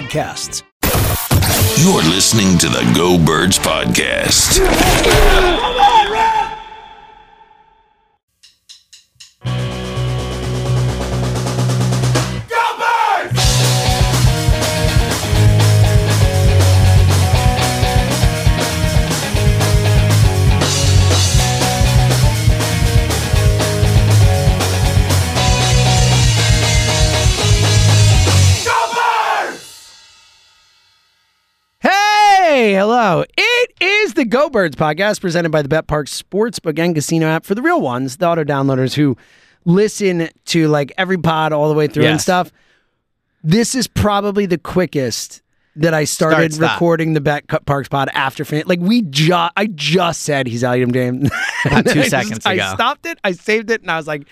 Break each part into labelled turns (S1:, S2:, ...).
S1: You're listening to the Go Birds podcast.
S2: Hey, hello. It is the Go Birds podcast presented by the Bet Park Sportsbook and Casino app for the real ones, the auto downloaders who listen to like every pod all the way through and
S3: Yes.
S2: stuff. This is probably the quickest that I started
S3: Start, stop.
S2: recording the Bet Cu- Parks pod after fin- like we just I just said he's Allium James
S3: About two
S2: I just-
S3: seconds
S2: I
S3: ago.
S2: stopped it, I saved it, and I was like,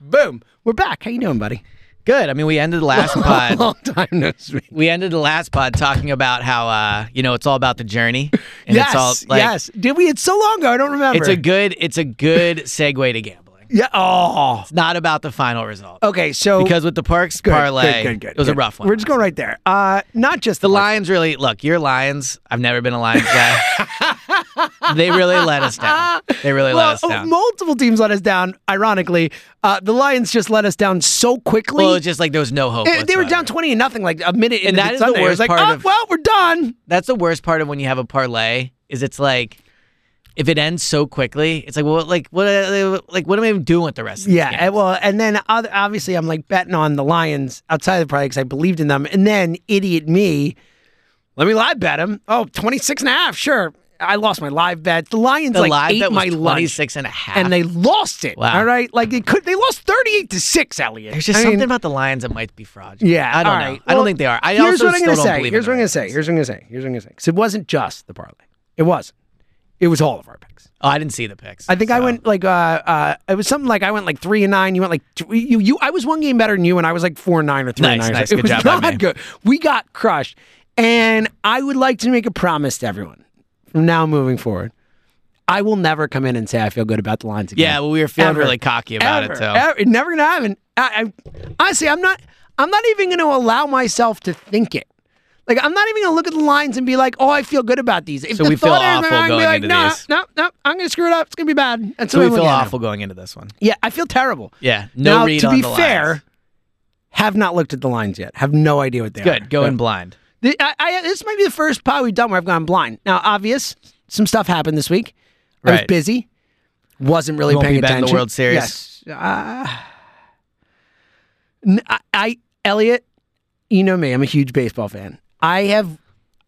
S2: boom, we're back. How you doing, buddy?
S3: Good. I mean, we ended the last pod.
S2: Long time no speak.
S3: We ended the last pod talking about how uh, you know it's all about the journey, and
S2: yes,
S3: it's all like
S2: yes. Did we? It's so long ago. I don't remember.
S3: it's a good it's a good segue to gambling.
S2: Yeah. Oh.
S3: It's not about the final result
S2: Okay. So
S3: because with the Parks
S2: Oh, Good, good,
S3: parlay,
S2: good, good,
S3: it was a
S2: good.
S3: rough one.
S2: We're just going right there. Uh, not just
S3: The
S2: the line.
S3: Lions really look. You're Lions. I've never been a Lions guy. they really let us down. They really
S2: Well,
S3: let us down.
S2: multiple teams let us down. Ironically, uh, the Lions just let us down so quickly.
S3: well, it's just like there was no hope.
S2: It- Eh, they were down
S3: whatsoever.
S2: twenty and nothing, like a minute. into
S3: that is the
S2: Sunday. It was
S3: worst
S2: like,
S3: part
S2: oh,
S3: of-
S2: well, we're done.
S3: That's the worst part of when you have a parlay is it's like if it ends so quickly, it's like well, like what like what am I even doing with the rest? Of
S2: Yeah,
S3: these
S2: and
S3: games?
S2: well, and then other, obviously I'm like betting on the Lions outside of the probably because I believed in them. And then idiot me, let me live bet him. Oh, 26 and a half, sure. I lost my live bet. The Lions
S3: the
S2: like
S3: live
S2: ate
S3: bet was
S2: my lunch,
S3: 26 and a half.
S2: and they lost it.
S3: Wow.
S2: All right, like they could they lost 38 to six. Elliot,
S3: there's just
S2: I mean,
S3: something about the Lions that might be fraudulent.
S2: Yeah,
S3: I don't
S2: all
S3: know.
S2: right.
S3: I
S2: Well,
S3: don't think they are. I
S2: here's
S3: also
S2: what I'm
S3: still
S2: gonna
S3: don't
S2: say.
S3: believe.
S2: Here's
S3: in
S2: what I'm
S3: the
S2: gonna say.
S3: Lions.
S2: Here's what I'm gonna say. Here's what I'm gonna say. Because it wasn't just the parlay. It wasn't. It was all of our picks.
S3: Oh, I didn't see the picks.
S2: I think I
S3: so.
S2: went like uh uh it was something like I went like three and nine. You went like t- you you. I was one game better than you, and I was like four and nine or three and
S3: Nice,
S2: nine.
S3: nice.
S2: It
S3: Good
S2: was
S3: job by
S2: not
S3: me.
S2: good. We got crushed, and I would like to make a promise to everyone from now moving forward. I will never come in and say I feel good about the lines again.
S3: Yeah, well, we were feeling
S2: Ever.
S3: really cocky about
S2: ever,
S3: it. So
S2: ever. It's never gonna happen. I, I honestly, I'm not. I'm not even gonna allow myself to think it. Like I'm not even gonna look at the lines and be like, "Oh, I feel good about these." If
S3: So
S2: the
S3: we feel
S2: thought enters
S3: awful
S2: my mind, I'm
S3: going
S2: gonna be
S3: into
S2: like,
S3: these.
S2: No, no, no. I'm gonna screw it up. It's gonna be bad. And
S3: so we
S2: I'm
S3: feel
S2: looking at it.
S3: awful going into this one.
S2: Yeah, I feel terrible.
S3: Yeah, no
S2: now,
S3: read
S2: to
S3: on
S2: be
S3: the
S2: fair,
S3: Lions.
S2: have not looked at the lines yet. Have no idea what they are.
S3: Good, going
S2: Yeah.
S3: blind.
S2: The- I, I, this might be the first pod we've done where I've gone blind. Now, obvious, some stuff happened this week. I was
S3: Right.
S2: busy. Wasn't really
S3: You won't
S2: paying
S3: be betting the
S2: attention.
S3: World Series?
S2: Yes. Uh, n- I, I, Elliot, you know me. I'm a huge baseball fan. I have.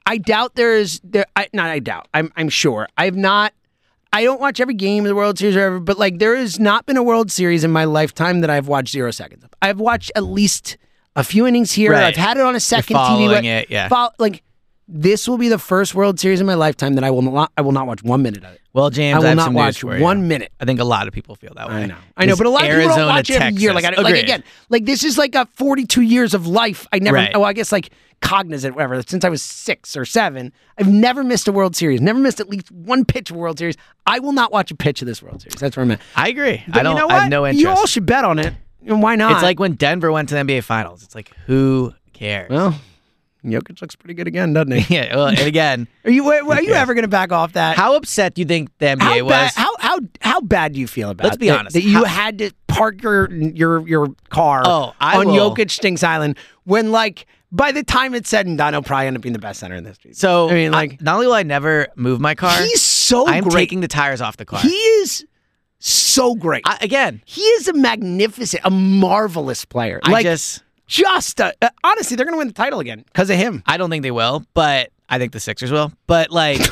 S2: I doubt there is there. I, not I doubt. I'm. I'm sure. I've not. I don't watch every game of the World Series or ever, but like there has not been a World Series in my lifetime that I've watched zero seconds of. I've watched at least a few innings here.
S3: Right.
S2: I've had it on a 2nd TV.
S3: following
S2: but-
S3: it, yeah.
S2: fol- like This will be the first World Series in my lifetime that I will not. I will not watch one minute of it.
S3: Well, James,
S2: I will
S3: have
S2: not
S3: some
S2: watch
S3: news for you.
S2: one minute.
S3: I think a lot of people feel that way.
S2: I know. I know, but a lot of people don't watch it every year. Like, I, like
S3: Agreed.
S2: again, like this is like a 42 years of life. I never,
S3: Right.
S2: oh, I guess like cognizant, whatever, since I was six or seven. I've never missed a World Series, never missed at least one pitch of World Series. I will not watch a pitch of this World Series. That's where I'm at.
S3: I agree.
S2: But
S3: I don't.
S2: you know
S3: I
S2: what?
S3: have no interest.
S2: You all should bet on it. And why not?
S3: it's like when Denver went to the NBA Finals. It's like who cares?
S2: well, Jokic looks pretty good again, doesn't he?
S3: yeah. Well, and again,
S2: Are you, wait, wait, are you ever going to back off that?
S3: how upset do you think the NBA
S2: how
S3: was?
S2: bad? How how how bad do you feel about?
S3: Let's be
S2: that-
S3: honest.
S2: That you
S3: How-
S2: had to park your your your car
S3: Oh, I
S2: on
S3: will-
S2: Jokic Stinks Island when like by the time it's said and done, he'll probably end up being the best center in this street.
S3: so
S2: I mean, like
S3: not only will I never move my car,
S2: he's so
S3: I'm
S2: great.
S3: taking the tires off the car.
S2: he is so great.
S3: I, again,
S2: he is a magnificent, a marvelous player.
S3: I
S2: like
S3: just
S2: just a, uh, honestly, they're gonna win the title again because of him.
S3: I don't think they will, but I think the Sixers will. But like,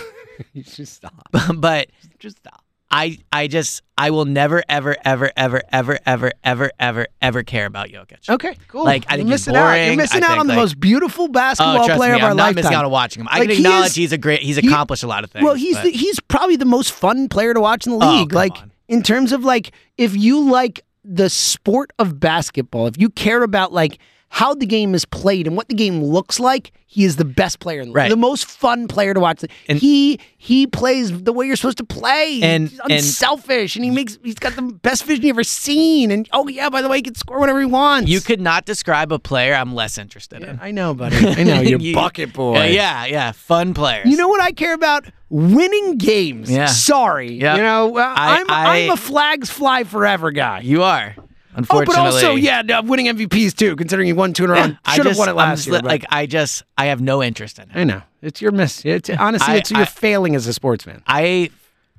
S2: You should stop.
S3: but
S2: Just stop.
S3: I I just I will never ever ever ever ever ever ever ever ever care about Jokic.
S2: Okay, cool.
S3: Like, I
S2: You're
S3: think he's
S2: missing out. You're
S3: boring.
S2: missing
S3: I
S2: out
S3: think,
S2: on the
S3: like-
S2: most beautiful basketball
S3: Oh, trust
S2: player
S3: me,
S2: of
S3: I'm
S2: our
S3: not
S2: lifetime.
S3: missing out on watching him. I
S2: Like,
S3: can
S2: he
S3: acknowledge
S2: is-
S3: he's a great, he's
S2: he-
S3: accomplished a lot of things.
S2: Well, he's
S3: but-
S2: the, he's probably the most fun player to watch in the
S3: Oh,
S2: league.
S3: come
S2: like
S3: on.
S2: in terms of like if you like the sport of basketball, if you care about like how the game is played and what the game looks like, he is the best player in the
S3: Right.
S2: the most fun player to watch.
S3: And-
S2: he he plays the way you're supposed to play.
S3: And-
S2: he's
S3: and-
S2: unselfish and, he makes he's got the best vision you ever seen. And oh yeah, by the way, he can score whatever he wants.
S3: you could not describe a player I'm less interested in.
S2: I know, buddy. I know you're
S3: You-
S2: bucket boy.
S3: Uh, yeah, yeah, fun players.
S2: You know what I care about? Winning games.
S3: Yeah.
S2: Sorry.
S3: Yep.
S2: You know, uh,
S3: I-
S2: I'm,
S3: I-
S2: am a flags fly forever guy.
S3: you are.
S2: Oh,
S3: Unfortunately,
S2: but also, yeah, no, winning MVPs too, considering you won two in a row. and
S3: I
S2: Should have
S3: just-
S2: won it
S3: I'm
S2: last
S3: just
S2: year.
S3: li-
S2: but-
S3: Like I just, I have no interest in it.
S2: I know. It's your miss. It's, honestly,
S3: I-
S2: it's, you're
S3: I-
S2: failing as a sportsman.
S3: I,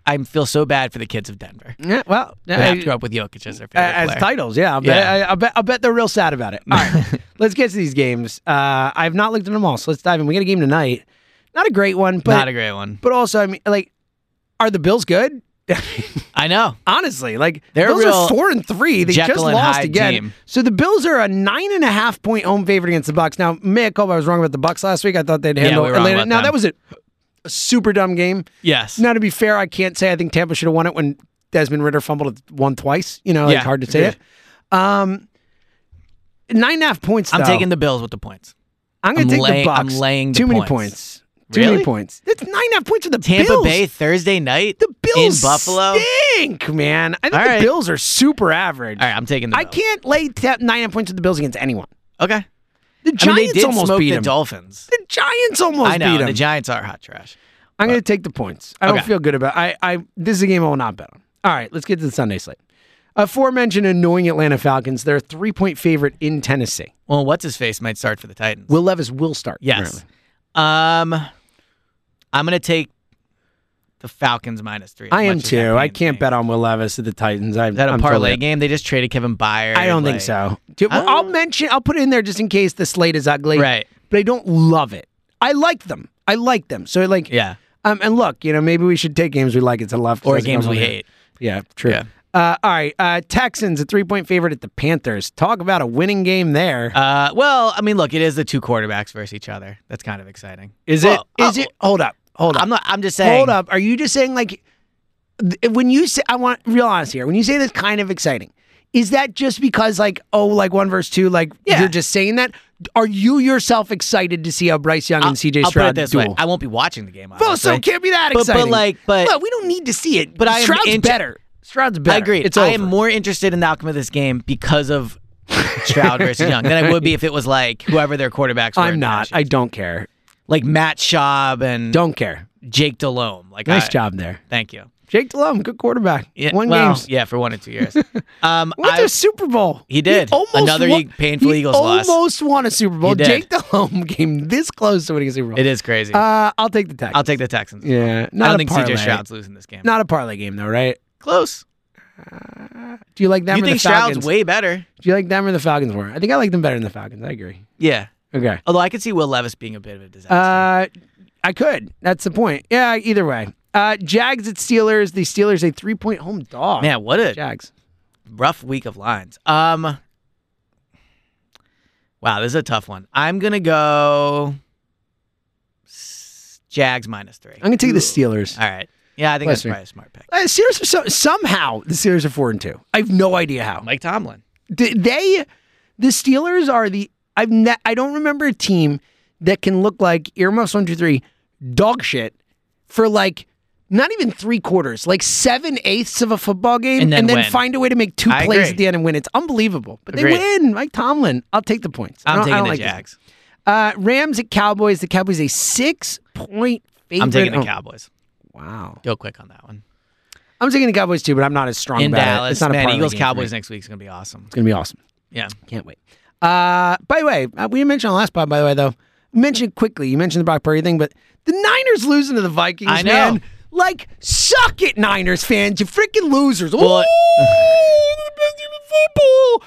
S3: I feel so bad for the kids of Denver.
S2: Yeah, well,
S3: They have
S2: I-
S3: to grow up with Jokic as their
S2: Uh,
S3: favorite
S2: as
S3: player.
S2: titles. Yeah, I bet,
S3: Yeah.
S2: I, I bet, I bet they're real sad about it. All right, let's get to these games. Uh, I've not looked at them all, so let's dive in. We got a game tonight. Not a great one, but
S3: Not a great one.
S2: but also, I mean, like, are the Bills good?
S3: I know.
S2: Honestly, like
S3: They're
S2: Bills
S3: real
S2: are four and three. They
S3: Jekyll
S2: just
S3: and
S2: lost
S3: Hyde
S2: again.
S3: team.
S2: So the Bills are a nine and a half point home favorite against the Bucks. Now, Mia Kobe, I was wrong about the Bucks last week. I thought they'd
S3: Yeah, we
S2: handle
S3: were wrong
S2: Atlanta.
S3: about
S2: Now
S3: them.
S2: that was a, a super dumb game.
S3: Yes.
S2: Now to be fair, I can't say I think Tampa should have won it when Desmond Ritter fumbled it one twice. You know,
S3: Yeah,
S2: it's hard to say
S3: agreed.
S2: it. Um, nine and a half points.
S3: I'm
S2: though.
S3: taking the Bills with the points.
S2: I'm going
S3: I'm
S2: to take
S3: laying-
S2: the Bucks.
S3: I'm laying the
S2: too many
S3: points.
S2: points. Too many
S3: Really?
S2: points. It's nine and a half points for the
S3: Tampa
S2: Bills.
S3: Bay Thursday night
S2: The Bills
S3: in Buffalo.
S2: stink, man. I think
S3: All
S2: the
S3: right.
S2: Bills are super average.
S3: All right, I'm taking the.
S2: I
S3: Bills.
S2: can't lay ta- nine and a points with the Bills against anyone.
S3: Okay.
S2: The
S3: I mean,
S2: Giants
S3: they did
S2: almost
S3: smoke
S2: beat
S3: the
S2: them.
S3: Dolphins.
S2: the Giants almost
S3: I know
S2: beat
S3: the
S2: them.
S3: Giants are hot trash.
S2: I'm going to take the points. I don't
S3: Okay.
S2: feel good about. I. I. This is a game I will not bet on. All right, let's get to the Sunday slate. Aforementioned annoying Atlanta Falcons. They're a three point favorite in Tennessee.
S3: Well, what's his face might start for the Titans.
S2: Will Levis will start.
S3: yes.
S2: apparently.
S3: Um, I'm gonna take the Falcons minus three. as
S2: I am
S3: much as that
S2: too. I
S3: pains
S2: can't
S3: me.
S2: bet on Will Levis at the Titans. I,
S3: Is that a
S2: I'm
S3: parlay
S2: totally-
S3: game? They just traded Kevin Byard.
S2: I don't think
S3: like-
S2: so. Dude, well,
S3: I
S2: I'll
S3: don't-
S2: mention. I'll put it in there just in case the slate is ugly.
S3: Right.
S2: But I don't love it. I like them. I like them. So like.
S3: Yeah.
S2: Um. And look, you know, maybe we should take games we like. It's a left
S3: Or
S2: That's
S3: games we
S2: normally-
S3: hate.
S2: Yeah. True.
S3: Yeah.
S2: Uh, all right. Uh, Texans a three point favorite at the Panthers. Talk about a winning game there.
S3: Uh, well, I mean, look, it is the two quarterbacks versus each other. That's kind of exciting. uh,
S2: Is it? Is it? uh, Hold up. Hold up.
S3: I'm not. I'm just saying.
S2: Hold up. Are you just saying like th- when you say I want real honesty here? When you say that's kind of exciting, is that just because like oh like one verse two like
S3: Yeah.
S2: you're just saying that? Are you yourself excited to see how Bryce Young
S3: I'll,
S2: and CJ
S3: I'll
S2: Stroud
S3: put it this
S2: duel?
S3: way. I won't be watching the game.
S2: well,
S3: obviously.
S2: so it can't be that
S3: But- but,
S2: exciting.
S3: like, but-
S2: Look, we don't need to see it.
S3: But I am
S2: Stroud's
S3: inter-
S2: better. Stroud's better.
S3: I agree.
S2: It's
S3: I am
S2: over.
S3: more interested in the outcome of this game because of Stroud versus Young than I would be if it was like whoever their quarterbacks. Were
S2: I'm
S3: in
S2: not.
S3: that
S2: I
S3: shit.
S2: don't care.
S3: like Matt Schaub and
S2: Don't care.
S3: Jake Delhomme. Like
S2: Nice
S3: I-
S2: job there,
S3: Thank you.
S2: Jake Delhomme. Good quarterback.
S3: Yeah,
S2: One
S3: well,
S2: games.
S3: Yeah, for one or two years. Um,
S2: Went
S3: I-
S2: to a Super Bowl.
S3: He did. Another e- painful
S2: he
S3: Eagles loss.
S2: Almost won a Super Bowl.
S3: He did.
S2: Jake Delhomme came this close to winning a Super Bowl.
S3: it is crazy.
S2: Uh, I'll take the Texans.
S3: I'll take the Texans. as well.
S2: Yeah,
S3: I
S2: not
S3: don't
S2: a
S3: think
S2: parlay.
S3: CJ Stroud's losing this game.
S2: Not a parlay game though, right? Uh,
S3: close.
S2: Do you like them
S3: you
S2: or
S3: think
S2: the Falcons?
S3: Stroud's way better?
S2: Do you like them or the Falcons more? I think I like them better than the Falcons. I agree.
S3: Yeah.
S2: Okay.
S3: Although I could see Will Levis being a bit of a disaster.
S2: Uh, I could. That's the point. Yeah. Either way. Uh, Jags at Steelers. The Steelers a three point home dog.
S3: Man, what a
S2: Jags.
S3: rough week of lines. Um, wow, this is a tough one. I'm gonna go. s- Jags minus three.
S2: I'm going to take the Steelers.
S3: All right. Yeah, I think
S2: Bless
S3: that's
S2: you.
S3: probably a smart pick.
S2: Uh, Steelers are so, somehow the Steelers are four and two. I have no idea how.
S3: Mike Tomlin.
S2: D- they the Steelers are the I've ne- I don't remember a team that can look like earmuffs one two three dog shit for like not even three quarters, like seven eighths of a football game,
S3: And then win.
S2: find a way to make two
S3: I
S2: plays
S3: agree.
S2: at the end and win. It's unbelievable, but
S3: Agreed.
S2: they win. Mike Tomlin, I'll take the points. I
S3: I'm
S2: don't- I
S3: taking the
S2: don't like this.
S3: Jags.
S2: Uh, Rams at Cowboys. The Cowboys a six point favorite.
S3: I'm taking the
S2: Oh,
S3: Cowboys.
S2: Wow,
S3: Go quick on that one.
S2: I'm taking the Cowboys too, but I'm not as strong
S3: In
S2: about it.
S3: Dallas,
S2: It's not a
S3: man,
S2: parlay
S3: Eagles
S2: game for me.
S3: Cowboys next week is gonna be awesome.
S2: It's gonna be awesome.
S3: Yeah.
S2: Can't wait. Uh, by the way, uh, we didn't mention on the last pod, by the way, though. Mention it quickly. You mentioned the Brock Purdy thing, but the Niners losing to the Vikings,
S3: I know.
S2: man. Like, suck it, Niners fans. You freaking losers. Oh,
S3: Well, it-
S2: Ooh,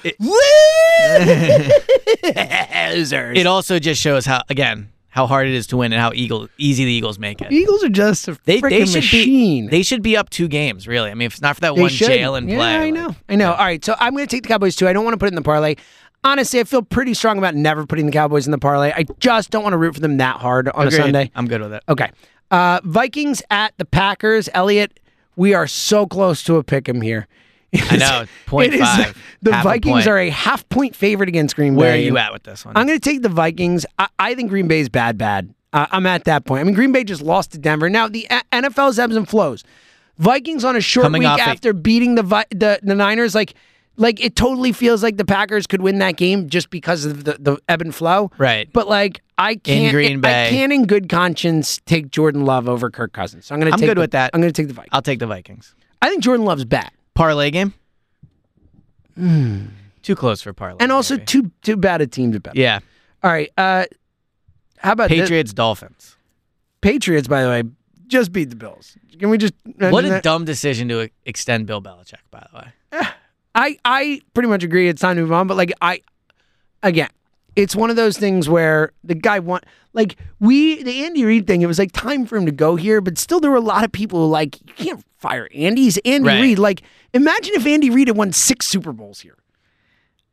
S2: the best team in football. losers.
S3: It also just shows how again how hard it is to win and how eagle easy the Eagles make it.
S2: Eagles are just a
S3: They,
S2: freaking
S3: they should
S2: machine.
S3: be they should be up two games really. I mean, if it's not for that
S2: They
S3: one
S2: should.
S3: Jalen
S2: yeah,
S3: play,
S2: I
S3: like-
S2: know. I know. All right. So I'm going to take the Cowboys too. I don't want to put it in the parlay. Honestly, I feel pretty strong about never putting the Cowboys in the parlay. I just don't want to root for them that hard on
S3: Agreed.
S2: a Sunday.
S3: I'm good with it.
S2: Okay. Uh, Vikings at the Packers. Elliot, we are so close to a pick 'em here.
S3: I know. Point
S2: It is-
S3: five.
S2: The
S3: Half a
S2: Vikings
S3: point.
S2: are a half point favorite against Green Bay.
S3: Where are you at with this one?
S2: I'm going to take the Vikings. I, I think Green Bay is bad, bad. Uh, I'm at that point. I mean, Green Bay just lost to Denver. Now the A- NFL's ebbs and flows. Vikings on a short
S3: Coming
S2: week
S3: off a-
S2: after beating the, Vi- the the Niners, like like it totally feels like the Packers could win that game just because of the, the ebb and flow.
S3: Right.
S2: But like I can't
S3: Green Bay.
S2: I can't in good conscience take Jordan Love over Kirk Cousins. So I'm going to
S3: I'm
S2: take
S3: good
S2: the-
S3: with that.
S2: I'm going to take the Vikings.
S3: I'll take the Vikings.
S2: I think Jordan Love's back.
S3: Parlay game. Too close for parlay.
S2: Hmm. And also
S3: maybe.
S2: too too bad a team to bet.
S3: yeah.
S2: All right. Uh how about this?
S3: Patriots Dolphins.
S2: Patriots, by the way, just beat the Bills. Can we just mention
S3: What a
S2: that?
S3: dumb decision to uh, extend Bill Belichick. By the way,
S2: I I pretty much agree. It's time to move on. But like I, again, it's one of those things where the guy want like we the Andy Reid thing. It was like time for him to go here, but still there were a lot of people who like you can't fire Andy's Andy
S3: Right.
S2: Reid. Like imagine if Andy Reid had won six Super Bowls here.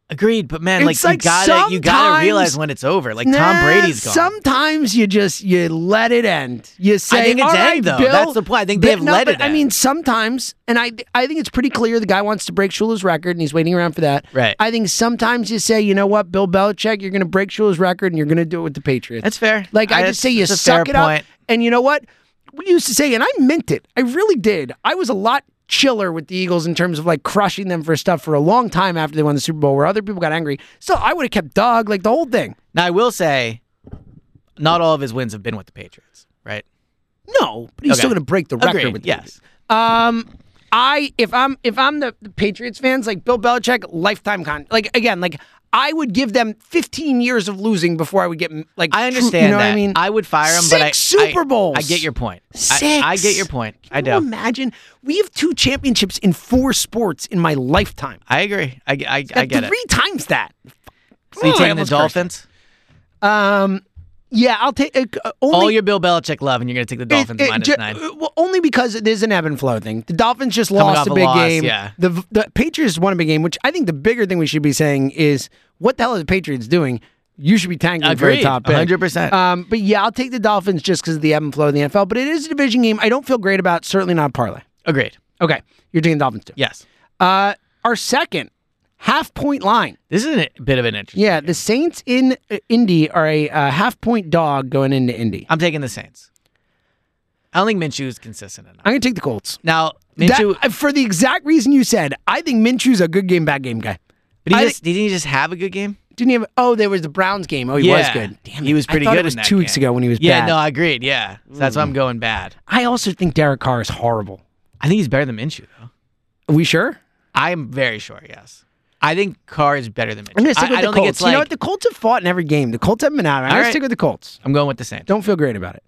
S3: agreed. But man,
S2: It's like
S3: like, you gotta you gotta
S2: sometimes-
S3: realize when it's over. Like
S2: Nah,
S3: Tom Brady's gone.
S2: Sometimes you just you let it end. You say,
S3: think it's
S2: "All
S3: end,
S2: right,
S3: though.
S2: Bill,"
S3: That's the point. I think
S2: but-
S3: they have
S2: no,
S3: let
S2: but
S3: it
S2: I
S3: end.
S2: mean, sometimes, and I I think it's pretty clear the guy wants to break Shula's record, and he's waiting around for that.
S3: Right.
S2: I think sometimes you say, you know what, Bill Belichick, you're going to break Shula's record, and you're going to do it with the Patriots.
S3: That's fair.
S2: Like I,
S3: I-
S2: just say, you
S3: it's a fair
S2: suck it up,
S3: point.
S2: and you know what? We used to say, and I meant it. I really did. I was a lot chiller with the Eagles in terms of like crushing them for stuff for a long time after they won the Super Bowl, where other people got angry. Still, I would have kept Doug, like the whole thing.
S3: now I will say, not all of his wins have been with the Patriots. Right.
S2: No, but he's
S3: Okay.
S2: still going to break the record
S3: Agreed,
S2: with the
S3: yes.
S2: Eagles. Um, I if I'm if I'm the, the Patriots fans, like Bill Belichick, lifetime con. Like again, like I would give them 15 years of losing before I would get like.
S3: I
S2: tru-
S3: understand
S2: you know
S3: that.
S2: What I mean,
S3: would fire him, but I,
S2: Six Super
S3: I-
S2: Bowls.
S3: I, get your point. I-
S2: Six.
S3: I, get your point.
S2: Can
S3: I
S2: You
S3: do.
S2: imagine we have two championships in four sports in my lifetime.
S3: I agree. I, I, I
S2: That-
S3: get it.
S2: three times that.
S3: So
S2: Oh,
S3: you
S2: I
S3: taking the
S2: almost cursed.
S3: Dolphins?
S2: Um, yeah, I'll take uh, only
S3: All your Bill Belichick love, and you're going to take the Dolphins
S2: It- it
S3: minus
S2: ju-
S3: nine.
S2: uh, Well, only because it is an ebb and flow thing. The Dolphins just
S3: Coming
S2: lost
S3: off
S2: a
S3: a
S2: big
S3: loss,
S2: game.
S3: yeah.
S2: The the Patriots won a big game, which I think the bigger thing we should be saying is what the hell are the Patriots doing? You should be tanking for
S3: Agreed.
S2: the top pick.
S3: 100%.
S2: Um, but yeah, I'll take the Dolphins just because of the ebb and flow of the NFL. But it is a division game. I don't feel great about. Certainly not parlay.
S3: Agreed.
S2: Okay, you're taking Dolphins too.
S3: Yes.
S2: Uh, our second half point line.
S3: This is a bit of an interesting.
S2: Yeah, the Saints in uh, Indy are a uh, half point dog going into Indy.
S3: I'm taking the Saints. I don't think Minshew is consistent enough.
S2: I'm gonna take the Colts.
S3: Now
S2: That- uh,
S3: Minshew,
S2: for the exact reason you said, I think Minshew's a good game, bad game guy.
S3: but
S2: I
S3: he just, didn't he just have a good game?
S2: Didn't he have? Oh, there was the Browns game. Oh, he was
S3: Yeah.
S2: good. Damn,
S3: He
S2: it.
S3: was pretty
S2: I thought
S3: good
S2: It was
S3: in that
S2: two weeks
S3: game.
S2: ago when he was
S3: yeah,
S2: bad. Mm.
S3: no, I agreed. Yeah, so that's why I'm going bad.
S2: I also think Derek Carr is horrible.
S3: I think he's better than Minshew though.
S2: Are we sure?
S3: I'm very sure. Yes, I think Carr is better than Minshew.
S2: I'm gonna stick
S3: I,
S2: with
S3: I
S2: the
S3: don't
S2: Colts.
S3: think it's
S2: you
S3: like
S2: know what? The Colts have fought in every game. The Colts haven't been out. I'm gonna
S3: All right.
S2: stick with the Colts.
S3: I'm going with the Saints.
S2: Don't feel great about it.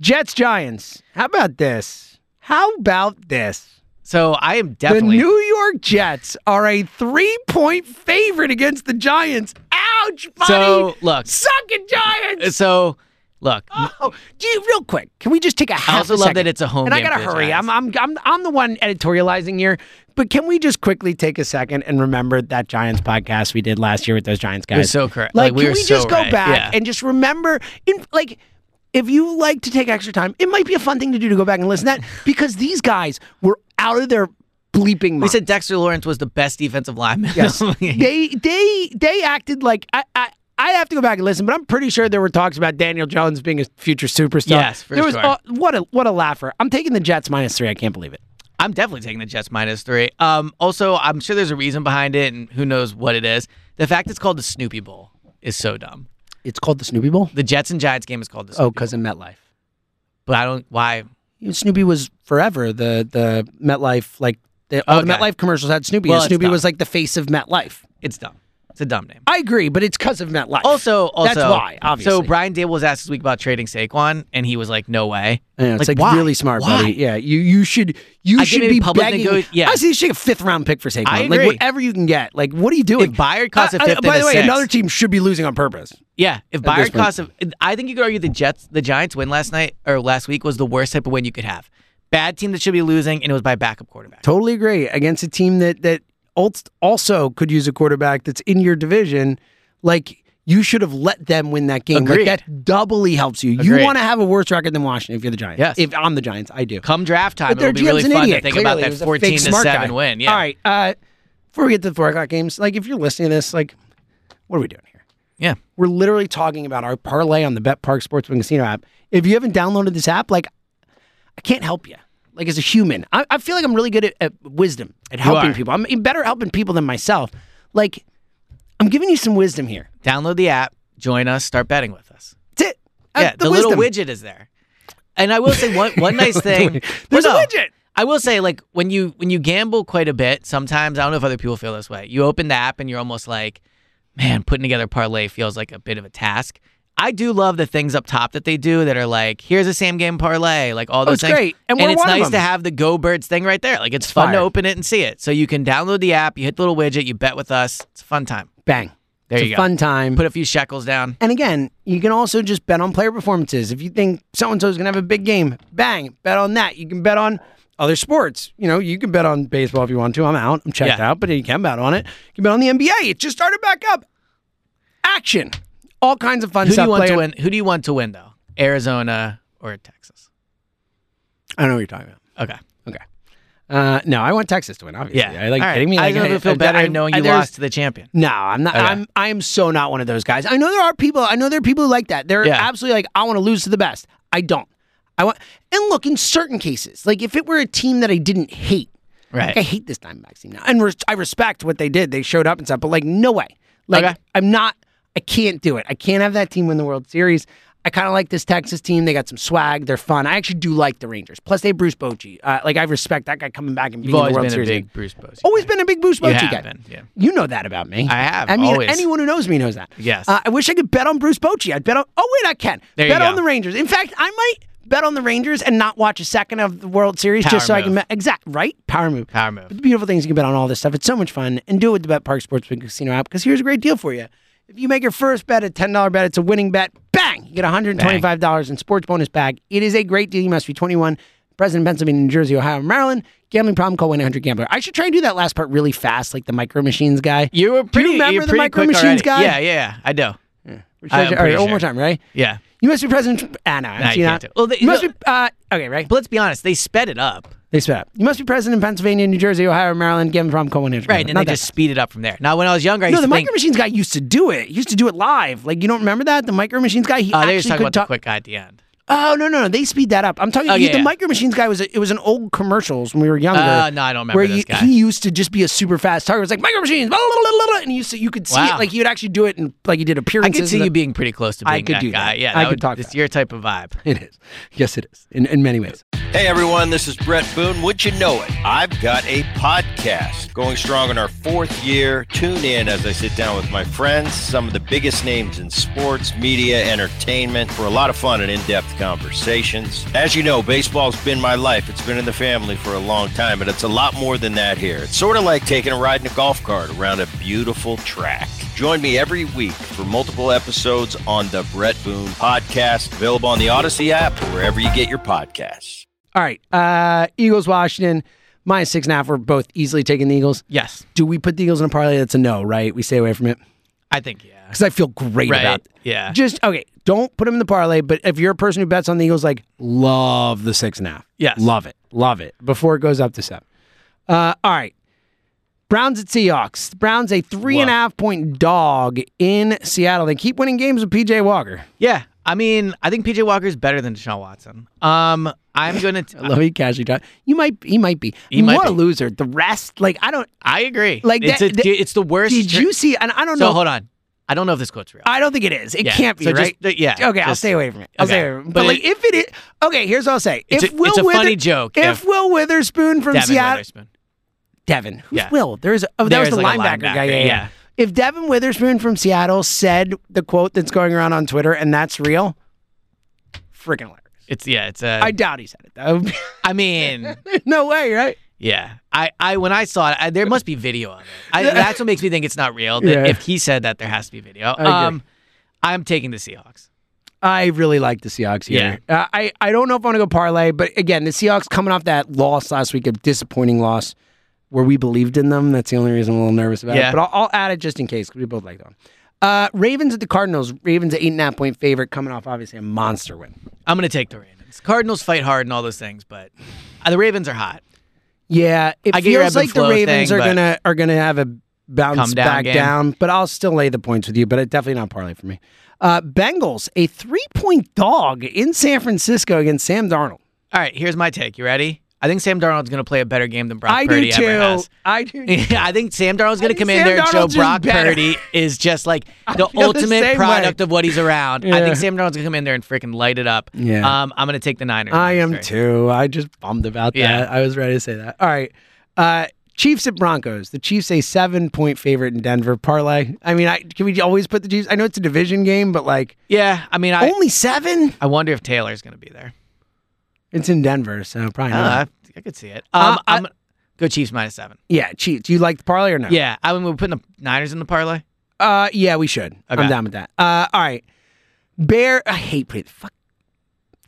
S2: Jets Giants. How about this? How about this?
S3: So I am definitely
S2: The New York Jets are a three-point favorite against the Giants. Ouch, buddy!
S3: So, look.
S2: suck it, Giants.
S3: So look,
S2: Oh, gee, real quick, can we just take a half?
S3: also
S2: a
S3: love
S2: second?
S3: that it's a home
S2: And
S3: game
S2: I gotta
S3: for the
S2: hurry. I'm,
S3: Giants.
S2: I'm, I'm, I'm the one editorializing here. But can we just quickly take a second and remember that Giants podcast we did last year with those Giants guys?
S3: so correct.
S2: Like,
S3: Like, we
S2: can
S3: were
S2: we
S3: so
S2: just go
S3: right.
S2: back
S3: Yeah.
S2: and just remember? In like, if you like to take extra time, it might be a fun thing to do to go back and listen to that because these guys were out of their bleeping
S3: We
S2: mind.
S3: said Dexter Lawrence was the best defensive lineman.
S2: Yes. they they they acted like I, I I have to go back and listen, but I'm pretty sure there were talks about Daniel Jones being a future superstar.
S3: Yes, for
S2: there was
S3: sure.
S2: uh, what a what a laugher. I'm taking the Jets minus three. I can't believe it.
S3: I'm definitely taking the Jets minus three. Um, also, I'm sure there's a reason behind it, and who knows what it is. The fact it's called the Snoopy Bowl is so dumb.
S2: It's called the Snoopy Bowl.
S3: The Jets and Giants game is called the Snoopy
S2: Oh, because of MetLife.
S3: Bowl, but I don't why.
S2: You know, Snoopy was forever the the MetLife like the, all the
S3: Okay.
S2: MetLife commercials had Snoopy.
S3: Well,
S2: and
S3: it's
S2: Snoopy
S3: dumb.
S2: was like the face of MetLife.
S3: It's dumb. It's a dumb name.
S2: I agree, but it's because of MetLife.
S3: Also, also
S2: that's why. Obviously,
S3: So Brian Dable was asked this week about trading Saquon, and he was like, "No way."
S2: I know, it's like,
S3: Like, why?
S2: really smart,
S3: Why?
S2: buddy. Yeah, you you should you
S3: I get
S2: should
S3: maybe
S2: be
S3: public
S2: begging.
S3: nego- yeah.
S2: I see you should get a fifth round pick for Saquon.
S3: I
S2: Like
S3: agree.
S2: whatever you can get. Like what are you doing?
S3: If Bayard costs a
S2: I- I-
S3: fifth and
S2: by
S3: a
S2: the way,
S3: sixth.
S2: another team should be losing on purpose.
S3: Yeah, if
S2: At this
S3: Bayard costs, a, I think you could argue the Jets, the Giants win last night or last week was the worst type of win you could have. Bad team that should be losing, and it was by backup quarterback.
S2: Totally agree. Against a team that that ult- also could use a quarterback that's in your division, like you should have let them win that game.
S3: Agreed.
S2: Like that doubly helps you. You
S3: Agreed.
S2: want to have a worse record than Washington if you're the Giants.
S3: Yes.
S2: If I'm the Giants, I do.
S3: Come draft time,
S2: But
S3: it'll
S2: their
S3: be
S2: GM's
S3: really
S2: an
S3: fun
S2: idiot.
S3: to think
S2: Clearly,
S3: about
S2: he
S3: that
S2: was a
S3: fourteen
S2: fake
S3: to
S2: smart
S3: seven
S2: guy.
S3: win. Yeah,
S2: All right. Uh, before we get to the four o'clock games, like if you're listening to this, like what are we doing here?
S3: yeah.
S2: We're literally talking about our parlay on the Bet Park Sportsbook Casino app. If you haven't downloaded this app, like I can't help you. Like as a human, I, I feel like I'm really good at, at wisdom, at helping
S3: are.
S2: people. I'm better at helping people than myself. Like I'm giving you some wisdom here.
S3: Download the app, join us, start betting with us.
S2: That's it. Uh,
S3: yeah, the, little
S2: wisdom.
S3: widget is there. And I will say one one nice thing.
S2: There's
S3: Well,
S2: a
S3: no.
S2: widget.
S3: I will say like when you when you gamble quite a bit, sometimes I don't know if other people feel this way. You open the app and you're almost like, man, putting together a parlay feels like a bit of a task. I do love the things up top that they do that are like, here's a same game parlay, like all those
S2: Oh, it's
S3: things.
S2: great. And we're
S3: it's
S2: one of
S3: nice
S2: them.
S3: to have the Go Birds thing right there. Like it's, fun
S2: fire.
S3: to open it and see it. So you can download the app, you hit the little widget, you bet with us. It's a fun time.
S2: Bang.
S3: There
S2: it's
S3: you
S2: a
S3: go.
S2: fun time.
S3: Put a few shekels down.
S2: And again, you can also just bet on player performances. If you think so and so is going to have a big game, bang, bet on that. You can bet on other sports. You know, you can bet on baseball if you want to. I'm out. I'm checked
S3: Yeah.
S2: out, but you can bet on it. You can bet on the NBA. It just started back up. Action. All kinds of fun
S3: Who do
S2: stuff.
S3: you want to
S2: playing.
S3: win? Who do you want to win though? Arizona or Texas?
S2: I know what you're talking about.
S3: Okay.
S2: Okay. Uh, no, I want Texas to win. Obviously,
S3: Yeah.
S2: I like
S3: All right.
S2: kidding me.
S3: I
S2: Like,
S3: don't feel better
S2: I-
S3: knowing you
S2: there's-
S3: lost to the champion.
S2: No, I'm not.
S3: Okay.
S2: I'm I am so not one of those guys. I know there are people. I know there are people who like that. They're
S3: Yeah.
S2: absolutely like, I want to lose to the best. I don't. I want. And look, in certain cases, like if it were a team that I didn't hate,
S3: Right.
S2: like, I hate this Diamondbacks team now, and res- I respect what they did. They showed up and stuff, but like, no way. Like,
S3: Okay.
S2: I'm not. I can't do it. I can't have that team win the World Series. I kind of like this Texas team. They got some swag. They're fun. I actually do like the Rangers. Plus, they have Bruce Bochy. Uh, like, I respect that guy coming back and being
S3: You've
S2: in the
S3: always
S2: World
S3: been
S2: Series.
S3: a
S2: again.
S3: big Oh, Bruce Bochy.
S2: Always been a big Bruce Bochy
S3: have
S2: guy.
S3: been, yeah.
S2: You know that about me.
S3: I have,
S2: I mean,
S3: always.
S2: anyone who knows me knows that.
S3: Yes.
S2: Uh, I wish I could bet on Bruce Bochy. I'd bet on. Oh wait, I can.
S3: There you
S2: bet
S3: go.
S2: on the Rangers. In fact, I might bet on the Rangers and not watch a second of the World Series
S3: Power
S2: just so I can.
S3: move.
S2: Exact right. Power move.
S3: Power
S2: But
S3: move.
S2: the beautiful things you can bet on all this stuff. It's so much fun. And do it with the Bet Park Sportsbook Casino app because here's a great deal for you. If you make your first bet, a $10 bet, it's a winning bet, bang, you get $125 in sports bonus bag. It is a great deal. You must be 21, present in Pennsylvania, New Jersey, Ohio, and Maryland. Gambling problem, call 1 800 Gambler. I should try and do that last part really fast, like the Micro Machines guy.
S3: You were pretty.
S2: remember
S3: you're
S2: the
S3: pretty
S2: Micro
S3: quick
S2: Machines
S3: already.
S2: guy?
S3: Yeah, yeah, yeah. I do.
S2: Or should I ju-
S3: I'm
S2: all
S3: pretty
S2: right, one more
S3: sure.
S2: time, right?
S3: Yeah.
S2: You must be president. Ah, no,
S3: Nah,
S2: I
S3: you
S2: see that.
S3: can't do it. Well, they-
S2: you must
S3: no-
S2: be. Uh, okay, right.
S3: But let's be honest, they sped it up,
S2: They spit up. You must be president in Pennsylvania, New Jersey, Ohio, Maryland. Gambling problem, call 1 800
S3: right? And they just speed it up from there. Now, when I was younger, I
S2: No,
S3: used
S2: the
S3: to think.
S2: Micro Machines guy used to do it. He used to do it live. Like you don't remember that? The Micro Machines guy. He
S3: Oh,
S2: actually
S3: they were just talking
S2: could
S3: about
S2: talk.
S3: the quick guy at the end.
S2: Oh no, no, no. They speed that up. I'm talking.
S3: Oh,
S2: he-
S3: yeah,
S2: the
S3: yeah.
S2: Micro Machines guy was a, it was an old commercials when we were younger.
S3: Uh, no, I don't remember
S2: where
S3: this
S2: you-
S3: guy.
S2: he used to just be a super fast talker. It was like Micro Machines, blah, blah, blah, blah, blah, and you so you could see
S3: Wow.
S2: it. Like he would actually do it, and like he did
S3: I
S2: appearances.
S3: could see
S2: and the-
S3: you being pretty close to being
S2: I could
S3: that
S2: do
S3: guy.
S2: that.
S3: Yeah,
S2: I
S3: that
S2: could
S3: would,
S2: talk
S3: It's
S2: that.
S3: your type of vibe.
S2: It is. Yes, it is. In in many ways.
S4: Hey everyone, this is Brett Boone. Would you know it? I've got a podcast going strong in our fourth year. Tune in as I sit down with my friends, some of the biggest names in sports, media, entertainment, for a lot of fun and in depth conversations. As you know, baseball's been my life. It's been in the family for a long time, but it's a lot more than that here. It's sort of like taking a ride in a golf cart around a beautiful track. Join me every week for multiple episodes on the Brett Boone Podcast, available on the Odyssey app or wherever you get your podcasts.
S2: All right. Uh, Eagles, Washington, minus six and a half. We're both easily taking the Eagles.
S3: Yes,
S2: Do we put the Eagles in a parlay? That's a no, right? We stay away from it
S3: I think yeah.
S2: because I feel great
S3: Right.
S2: about.
S3: Yeah.
S2: Just okay. Don't put them in the parlay. But if you're a person who bets on the Eagles, like love the six and a half.
S3: Yes.
S2: love it, love it. Before it goes up to seven. Uh, all right. Browns at Seahawks. Browns a three and a half point dog in Seattle. They keep winning games with PJ Walker.
S3: Yeah. I mean, I think PJ Walker is better than Deshaun Watson. Um, I'm gonna. T-
S2: I love you, casually talk. You might, he might be.
S3: He might
S2: what a
S3: be.
S2: loser. The rest, like I don't.
S3: I agree.
S2: Like
S3: it's,
S2: that-
S3: a-
S2: that-
S3: it's the worst.
S2: Did
S3: tra-
S2: you see? And I don't
S3: So
S2: know.
S3: hold on. I don't know if this quote's real.
S2: I don't think it is. It
S3: Yeah.
S2: can't be
S3: So
S2: right.
S3: just- yeah,
S2: Okay, I'll
S3: just-
S2: stay away from it. I'll
S3: okay.
S2: stay away from it. But,
S3: But
S2: like,
S3: it-
S2: if it is okay, here's what I'll say.
S3: It's
S2: if
S3: a-
S2: Will
S3: it's a
S2: Wither-
S3: funny joke
S2: If,
S3: if
S2: Will Witherspoon from
S3: Devin
S2: Seattle,
S3: Witherspoon.
S2: Devin, who's
S3: Yeah.
S2: Will? There's oh, that
S3: There
S2: was
S3: is,
S2: the
S3: like, a
S2: linebacker, guy.
S3: linebacker,
S2: Yeah, yeah.
S3: yeah.
S2: If Devin Witherspoon from Seattle said the quote that's going around on Twitter and that's real, freaking hilarious.
S3: It's yeah. It's a.
S2: I doubt he said it. That would be-
S3: I mean,
S2: no way, right?
S3: yeah. I, I when I saw it, I, there must be video of it. I, that's what makes me think it's not real. That
S2: Yeah.
S3: If he said that, there has to be video.
S2: agree.
S3: Um, I'm taking the Seahawks.
S2: I really like the Seahawks here. Uh, I, I don't know if I want to go parlay, but again, the Seahawks coming off that loss last week, a disappointing loss where we believed in them. That's the only reason I'm a little nervous about
S3: Yeah.
S2: it. But I'll, I'll add it just in case because we both like that one. Uh, Ravens at the Cardinals. Ravens at eight and a half point favorite, coming off obviously a monster win.
S3: I'm gonna take the Ravens. Cardinals fight hard and all those things, but uh, the Ravens are hot.
S2: Yeah, it
S3: I get your
S2: feels
S3: ebb and
S2: like the
S3: flow
S2: Ravens
S3: thing,
S2: are
S3: but-
S2: gonna are gonna have a bounce
S3: Come down
S2: back
S3: game.
S2: down, but I'll still lay the points with you. But it definitely not parlay for me. Uh, Bengals a three point dog in San Francisco against Sam Darnold.
S3: All right, here's my take. You ready? I think Sam Darnold's gonna play a better game than Brock
S2: I
S3: Purdy
S2: do too.
S3: ever has.
S2: I do. too.
S3: I think Sam Darnold's
S2: I
S3: going to
S2: think
S3: come in
S2: Sam
S3: there and show
S2: Darnold's just
S3: Brock
S2: better.
S3: Purdy is just like the
S2: feel the
S3: ultimate
S2: same
S3: product
S2: way.
S3: of what he's around. I
S2: Yeah.
S3: think Sam Darnold's going to come in there and freaking light it up.
S2: Yeah.
S3: Um, I'm going to take the Niners.
S2: I am
S3: Sorry.
S2: too. I just bummed about that.
S3: Yeah.
S2: I was ready to say that. All right. Uh, Chiefs at Broncos. The Chiefs a seven point favorite in Denver. Parlay. I mean, I, can we always put the Chiefs? I know it's a division game, but like
S3: Yeah. I mean, I,
S2: only seven.
S3: I wonder if Taylor's going to be there.
S2: It's in Denver, so probably not.
S3: Uh, I could see it. Um,
S2: Uh, I-
S3: I'm go Chiefs minus seven.
S2: yeah, Chiefs. You like the parlay or no?
S3: Yeah. I mean, we're putting the Niners in the parlay.
S2: Uh, yeah, we should. I'm
S3: Okay.
S2: down with that. Uh, all right. Bear. I hate playing. Fuck.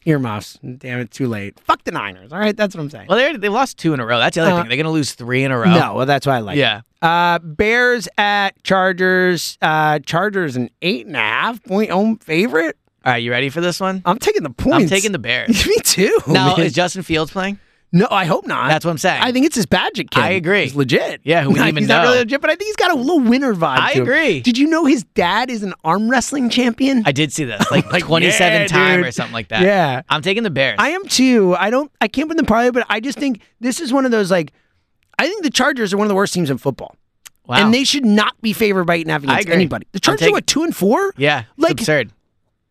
S2: Earmuffs. Damn it. Too late. Fuck the Niners. All right. That's what I'm saying.
S3: Well, they they lost two in a row. That's the other
S2: Uh,
S3: thing. They're going to lose three in a row.
S2: no, well, that's why I like. it.
S3: Yeah.
S2: Uh, Bears at Chargers. Uh, Chargers an eight and a half point home favorite.
S3: All right. You ready for this one?
S2: I'm taking the points.
S3: I'm taking the Bears.
S2: Me too.
S3: now,
S2: man.
S3: is Justin Fields playing?
S2: no, I hope not.
S3: That's what I'm saying.
S2: I think it's his magic kid.
S3: I agree.
S2: He's legit.
S3: Yeah, who we
S2: Like,
S3: didn't even
S2: he's not
S3: know.
S2: really legit, but I think he's got a little winner vibe.
S3: I
S2: to him.
S3: agree.
S2: Did you know his dad is an arm wrestling champion?
S3: I did see this like, 27
S2: yeah,
S3: time
S2: dude.
S3: or something like that.
S2: Yeah.
S3: I'm taking the Bears.
S2: I am too. I don't. I can't put them parlay, but I just think this is one of those like. I think the Chargers are one of the worst teams in football,
S3: wow.
S2: and they should not be favored by eight and a half against
S3: agree.
S2: anybody. The
S3: I'm
S2: Chargers are
S3: taking-
S2: what two and four?
S3: yeah, it's
S2: like-
S3: absurd.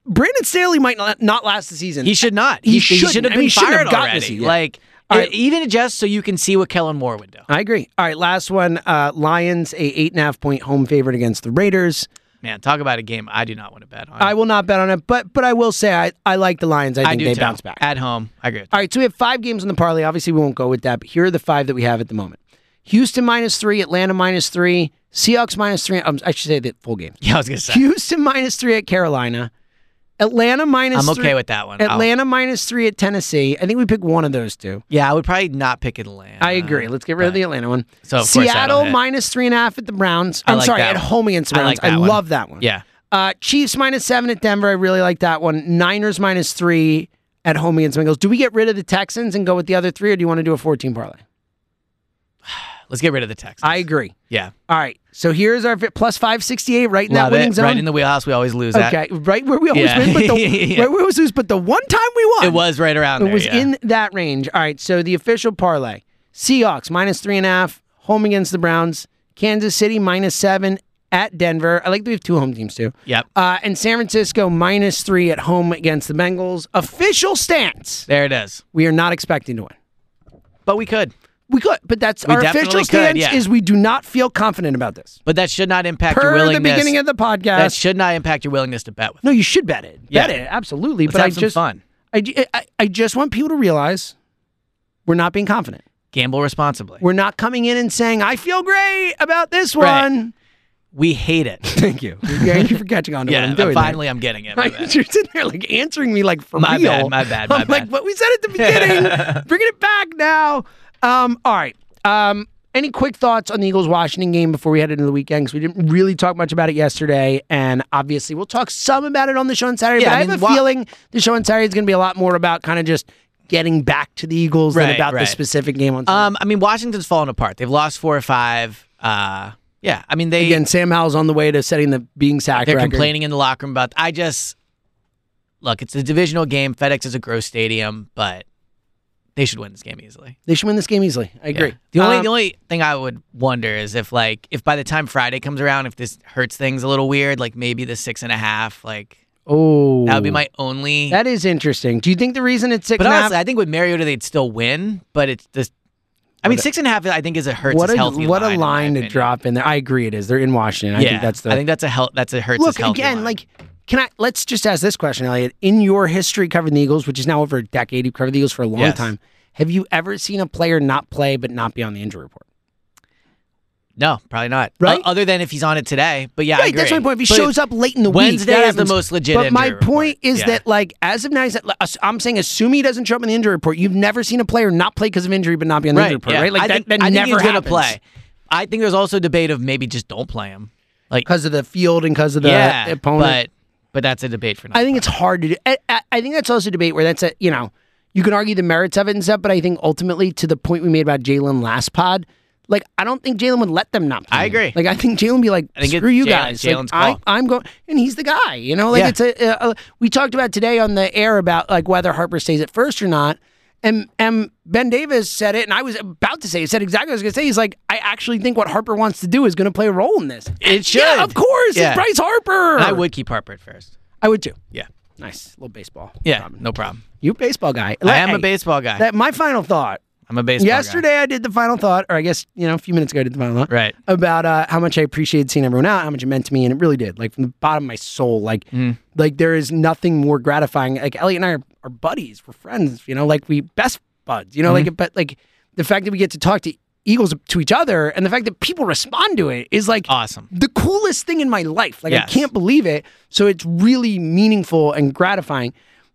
S2: Brandon Staley might not, not last the season.
S3: He should not.
S2: he
S3: He, he should
S2: shouldn't.
S3: have
S2: I
S3: been
S2: mean, he shouldn't have
S3: fired
S2: gotten
S3: already.
S2: this year.
S3: Like
S2: All
S3: it-
S2: right.
S3: even just so you can see what Kellen Moore would do.
S2: I agree. All right, last one. Uh, Lions a eight and a half point home favorite against the Raiders.
S3: Man, talk about a game I do not want to bet on.
S2: I will not bet on it, but but I will say I, I like the Lions. I
S3: I
S2: think
S3: do
S2: they
S3: too.
S2: bounce back.
S3: at home. I agree. With that.
S2: All right, so we have five games in the parlay. Obviously, we won't go with that, but here are the five that we have at the moment: Houston minus three, Atlanta minus three, Seahawks minus three. Um, I should say the full games.
S3: Yeah, I was gonna say
S2: Houston minus three at Carolina, Atlanta minus
S3: I'm okay
S2: three-
S3: with that one. I'll-
S2: Atlanta minus three at Tennessee. I think we pick one of those two.
S3: yeah, I would probably not pick Atlanta.
S2: I agree. Let's get rid of the Atlanta one.
S3: Uh, So, of course, that'll
S2: Seattle
S3: hit.
S2: minus three and a half at the Browns.
S3: I
S2: I'm
S3: like
S2: sorry,
S3: that
S2: at
S3: one.
S2: home against
S3: I
S2: Browns.
S3: like
S2: I,
S3: that one.
S2: love that one.
S3: Yeah,
S2: Uh, Chiefs minus seven at Denver. I really like that one. Niners minus three at home against Bengals. Do we get rid of the Texans and go with the other three, or do you want to do a 14 parlay?
S3: let's get rid of the Texans.
S2: I agree.
S3: Yeah,
S2: All right. So here's our fi- plus 568 right in
S3: love
S2: that winning
S3: it.
S2: zone.
S3: Right in the wheelhouse, we always lose. at.
S2: okay. Right where we always
S3: Yeah.
S2: win, but the,
S3: Yeah.
S2: right where we always lose, but the one time we won.
S3: it was right around.
S2: It
S3: there,
S2: was
S3: yeah.
S2: in that range. All right. So the official parlay Seahawks minus three and a half, home against the Browns, Kansas City minus seven at Denver. I like that we have two home teams too.
S3: Yep.
S2: Uh, and San Francisco minus three at home against the Bengals. Official stance
S3: There it is.
S2: we are not expecting to win.
S3: But we could.
S2: We could, but that's
S3: We
S2: our
S3: definitely
S2: official
S3: could,
S2: stance
S3: yeah.
S2: is we do not feel confident about this.
S3: But that should not impact your
S2: Per the
S3: willingness.
S2: beginning of the podcast.
S3: that should not impact your willingness to bet with.
S2: no, you should bet it. Bet
S3: Yeah.
S2: it, absolutely.
S3: Let's
S2: but
S3: have
S2: I
S3: some
S2: just
S3: fun.
S2: I, ju- I, I just want people to realize we're not being confident.
S3: Gamble responsibly.
S2: We're not coming in and saying, I feel great about this
S3: Right.
S2: one.
S3: We hate it.
S2: Thank you. Thank you for catching on to
S3: yeah,
S2: what I'm doing. there.
S3: finally I'm getting it. My
S2: Right,
S3: bad.
S2: You're sitting there like answering me like for
S3: My
S2: real.
S3: bad, my bad, my
S2: I'm like,
S3: bad.
S2: but we said at the beginning, bringing it back now. Um, all right. Um, any quick thoughts on the Eagles Washington game before we head into the weekend? Because we didn't really talk much about it yesterday, and obviously we'll talk some about it on the show on Saturday.
S3: Yeah,
S2: but I,
S3: I mean,
S2: have a
S3: Wa-
S2: feeling the show on Saturday is going to be a lot more about kind of just getting back to the Eagles than
S3: Right,
S2: about the
S3: right.
S2: specific game on Sunday.
S3: Um, I mean, Washington's fallen apart. They've lost four or five. Uh, yeah, I mean they
S2: Again, Sam Howell's on the way to setting the being sacked
S3: they're
S2: record.
S3: complaining in the locker room about. I just look, it's a divisional game. FedEx is a gross stadium, but they should win this game easily.
S2: They should win this game easily. I agree.
S3: Yeah. The only
S2: Um,
S3: the only thing I would wonder is if like if by the time Friday comes around, if this hurts things a little weird, like maybe the six and a half, like
S2: oh,
S3: that would be my only.
S2: That is interesting. Do you think the reason it's six
S3: but
S2: and a half-
S3: honestly, I think with Mariota they'd still win, but it's just. I mean, six and a half. I think is a hurts.
S2: what
S3: is
S2: a
S3: healthy
S2: what
S3: line,
S2: a
S3: in my
S2: line to
S3: opinion.
S2: drop in there. I agree. It is. They're in Washington. I think that's the.
S3: I think that's a hel- that's a hurts. is
S2: Look
S3: healthy
S2: again,
S3: line.
S2: like, can I? Let's just ask this question, Elliot. In your history covering the Eagles, which is now over a decade, you've covered the Eagles for a long
S3: Yes.
S2: time. Have you ever seen a player not play but not be on the injury report?
S3: no, probably not.
S2: Right?
S3: O- other than if he's on it today, but yeah, I
S2: right, that's
S3: agree.
S2: my point. If he
S3: But
S2: shows up late in the week,
S3: Wednesday
S2: that
S3: is the
S2: happens.
S3: most legit
S2: But my
S3: injury report.
S2: point is
S3: Yeah.
S2: that, like, as of now, he's at- like, us- I'm saying, assume he doesn't show up in the injury report. You've never seen a player not play because of injury but not be on the
S3: right,
S2: injury report,
S3: yeah.
S2: right? Like
S3: I
S2: that,
S3: think,
S2: that
S3: I
S2: never
S3: think he's gonna
S2: happens.
S3: play. I think there's also debate of maybe just don't play him. Like
S2: because of the field and because of the
S3: yeah,
S2: opponent.
S3: but but that's a debate for. Not
S2: I think it's hard to do. I, I, I think that's also a debate where that's a you know you can argue the merits of it and stuff, but I think ultimately to the point we made about Jalen last pod, like I don't think Jalen would let them not. Play
S3: I
S2: him.
S3: agree.
S2: Like I think Jalen would be like,
S3: I think
S2: screw
S3: it's
S2: you
S3: Jalen-
S2: guys.
S3: Jalen's
S2: like,
S3: call.
S2: I, I'm going, and he's the guy. You know, like
S3: Yeah.
S2: it's a, a, a. We talked about today on the air about like whether Harper stays at first or not. And, and Ben Davis said it, and I was about to say it. Said exactly what I was going to say. He's like, I actually think what Harper wants to do is going to play a role in this.
S3: It
S2: Yeah,
S3: should.
S2: of course.
S3: Yeah.
S2: It's Bryce Harper.
S3: And I would keep Harper at first.
S2: I would too.
S3: Yeah.
S2: Nice little baseball.
S3: Yeah,
S2: problem.
S3: no problem.
S2: you a baseball guy.
S3: I am
S2: Hey,
S3: a baseball guy.
S2: That my final thought.
S3: I'm a baseball guy.
S2: Yesterday I did the final thought, or I guess you know a few minutes ago I did the final thought.
S3: Right.
S2: About uh, how much I appreciated seeing everyone out, how much it meant to me, and it really did. Like from the bottom of my soul, like
S3: Mm.
S2: like there is nothing more gratifying. Like Elliot and I are, are buddies, we're friends, you know, like we best buds, you know,
S3: Mm-hmm.
S2: like but like the fact that we get to talk to Eagles to each other, and the fact that people respond to it is like
S3: Awesome.
S2: the coolest thing in my life. Like I
S3: Yes.
S2: can't believe it. So it's really meaningful and gratifying.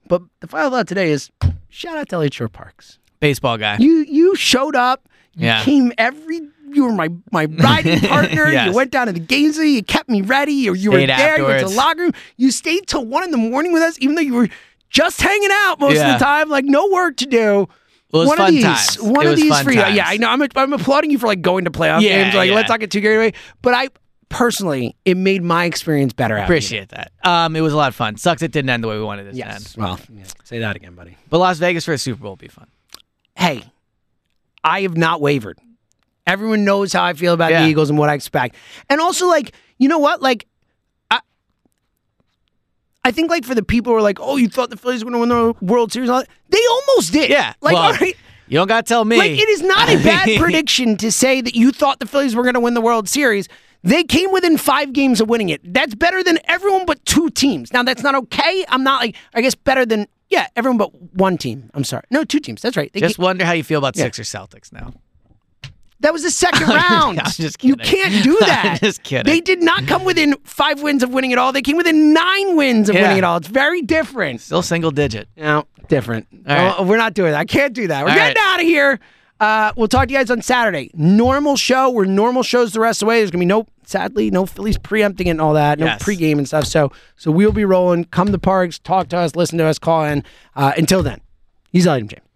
S2: But the final thought today is shout out to Elliot Shore Parks.
S3: Baseball guy.
S2: You you showed up. You
S3: Yeah.
S2: came every. You were my my riding partner. You
S3: Yes.
S2: went down to the games. with me, You kept me ready. Or you were
S3: Stayed
S2: there. You went to the
S3: afterwards.
S2: locker room. You stayed till one in the morning with us, even though you were just hanging out most
S3: Yeah.
S2: of the time. Like no work to do.
S3: Well, it was
S2: one of
S3: fun
S2: these,
S3: times.
S2: one
S3: It
S2: of
S3: was
S2: these
S3: fun
S2: for you.
S3: times.
S2: Yeah, I know. I'm I'm applauding you for like going to playoff
S3: Yeah,
S2: games. Like
S3: yeah.
S2: let's not get too carried away. But I personally, it made my experience better. having you.
S3: Appreciate that. Um, it was a lot of fun. Sucks it didn't end the way we wanted it to end.
S2: Yes. Well, yeah, say that again, buddy.
S3: But Las Vegas for a Super Bowl would be fun.
S2: hey, I have not wavered. Everyone knows how I feel about
S3: Yeah.
S2: the Eagles and what I expect. And also, like, you know what? Like, I, I think, like, for the people who are like, oh, you thought the Phillies were going to win the World Series? and all that, They almost did.
S3: Yeah.
S2: Like,
S3: well,
S2: all right.
S3: You don't gotta tell me.
S2: Like, it is not a bad
S3: mean-
S2: prediction to say that you thought the Phillies were going to win the World Series. They came within five games of winning it. That's better than everyone but two teams. Now, that's not okay. I'm not like, I guess better than, yeah, everyone but one team. I'm sorry. No, two teams. That's right. They
S3: Just wonder how you feel about Sixers Celtics now.
S2: That was the second round.
S3: I'm just
S2: you
S3: kidding.
S2: can't do
S3: I'm
S2: that.
S3: just kidding.
S2: They did not come within five wins of winning it all. They came within nine wins of
S3: Yeah.
S2: winning it all. It's very different.
S3: Still single digit.
S2: No, different.
S3: All right.
S2: No, we're not doing that. I can't do that. We're
S3: All
S2: getting
S3: right.
S2: out of here. Uh, we'll talk to you guys on Saturday. Normal show. We're normal shows the rest of the way. There's gonna be no, sadly, no Phillies preempting it and all that. No
S3: Yes.
S2: pregame and stuff. So, so we'll be rolling. Come to parks. Talk to us. Listen to us. Call in. Uh, until then, he's Elliot James.